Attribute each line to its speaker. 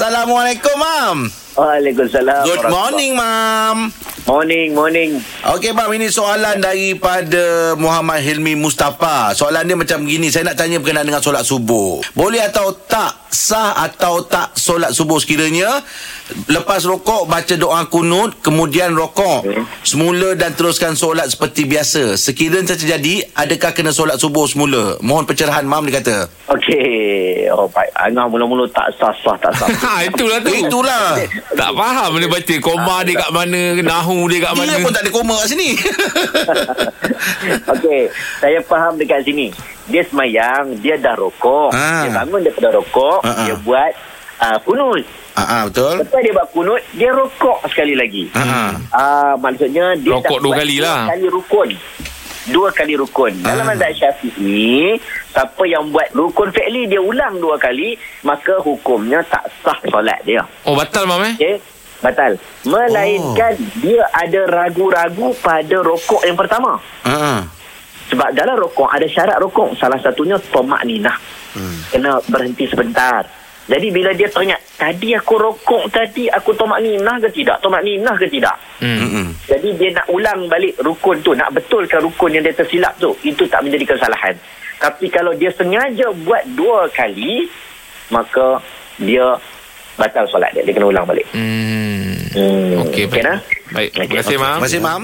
Speaker 1: Assalamualaikum, Mam.
Speaker 2: Waalaikumsalam.
Speaker 1: Good morning, Mam.
Speaker 2: Morning, morning.
Speaker 1: Okey, Mam. Ini soalan daripada Muhammad Hilmi Mustafa. Soalan dia macam gini. Saya nak tanya berkenaan dengan solat subuh. Boleh atau tak sah atau tak solat subuh sekiranya lepas rokok baca doa kunut kemudian rokok semula dan teruskan solat seperti biasa sekiranya terjadi adakah kena solat subuh semula mohon pencerahan mam dia kata
Speaker 2: Okey. Oh, baik. Angah mula-mula tak sah-sah, tak sah.
Speaker 3: Ha, itulah tu.
Speaker 1: itulah
Speaker 3: Tak faham dia baca koma dia kat mana, nahu dia kat mana.
Speaker 1: dia pun tak ada koma kat sini
Speaker 2: Okey. Saya faham dekat sini. Dia semayang, dia dah rokok.
Speaker 1: Ah.
Speaker 2: Dia bangun daripada rokok,
Speaker 1: Ah, ah.
Speaker 2: dia buat uh, kunut.
Speaker 1: ah ah, betul
Speaker 2: Lepas dia buat kunut, dia rokok sekali lagi.
Speaker 1: Ah.
Speaker 2: Ah, maksudnya dia dah
Speaker 3: Rokok dua
Speaker 2: buat
Speaker 3: kali
Speaker 2: dua
Speaker 3: lah.
Speaker 2: kali rukun. Dua kali rukun.
Speaker 1: Ah.
Speaker 2: Dalam mazhab Syafi'i, siapa yang buat rukun fi'li dia ulang dua kali, maka hukumnya tak sah solat dia.
Speaker 3: Oh, batal mam
Speaker 1: Ya.
Speaker 3: eh?
Speaker 2: Okey? Batal. Melainkan oh. dia ada ragu-ragu pada rokok yang pertama.
Speaker 1: ah
Speaker 2: Sebab dalam rokok ada syarat rokok. Salah satunya tomak ninah. Hmm. Kena berhenti sebentar. Jadi bila dia teringat, tadi aku rokok tadi, aku tomak ninah ke tidak? Tomak ninah ke tidak?
Speaker 3: Hmm.
Speaker 1: Mm-mm.
Speaker 2: Jadi dia nak ulang balik rukun tu, nak betulkan rukun yang dia tersilap tu. Itu tak menjadi kesalahan. Tapi kalau dia sengaja buat dua kali, maka dia batal solat dia. Dia kena ulang balik.
Speaker 3: Hmm.
Speaker 2: Hmm.
Speaker 3: Okey,
Speaker 2: Okey,
Speaker 3: baik.
Speaker 2: nah?
Speaker 3: Baik.
Speaker 2: Okey,
Speaker 3: Terima kasih
Speaker 2: okey.
Speaker 1: pues,
Speaker 3: mam.
Speaker 1: Terima kasih, Mam.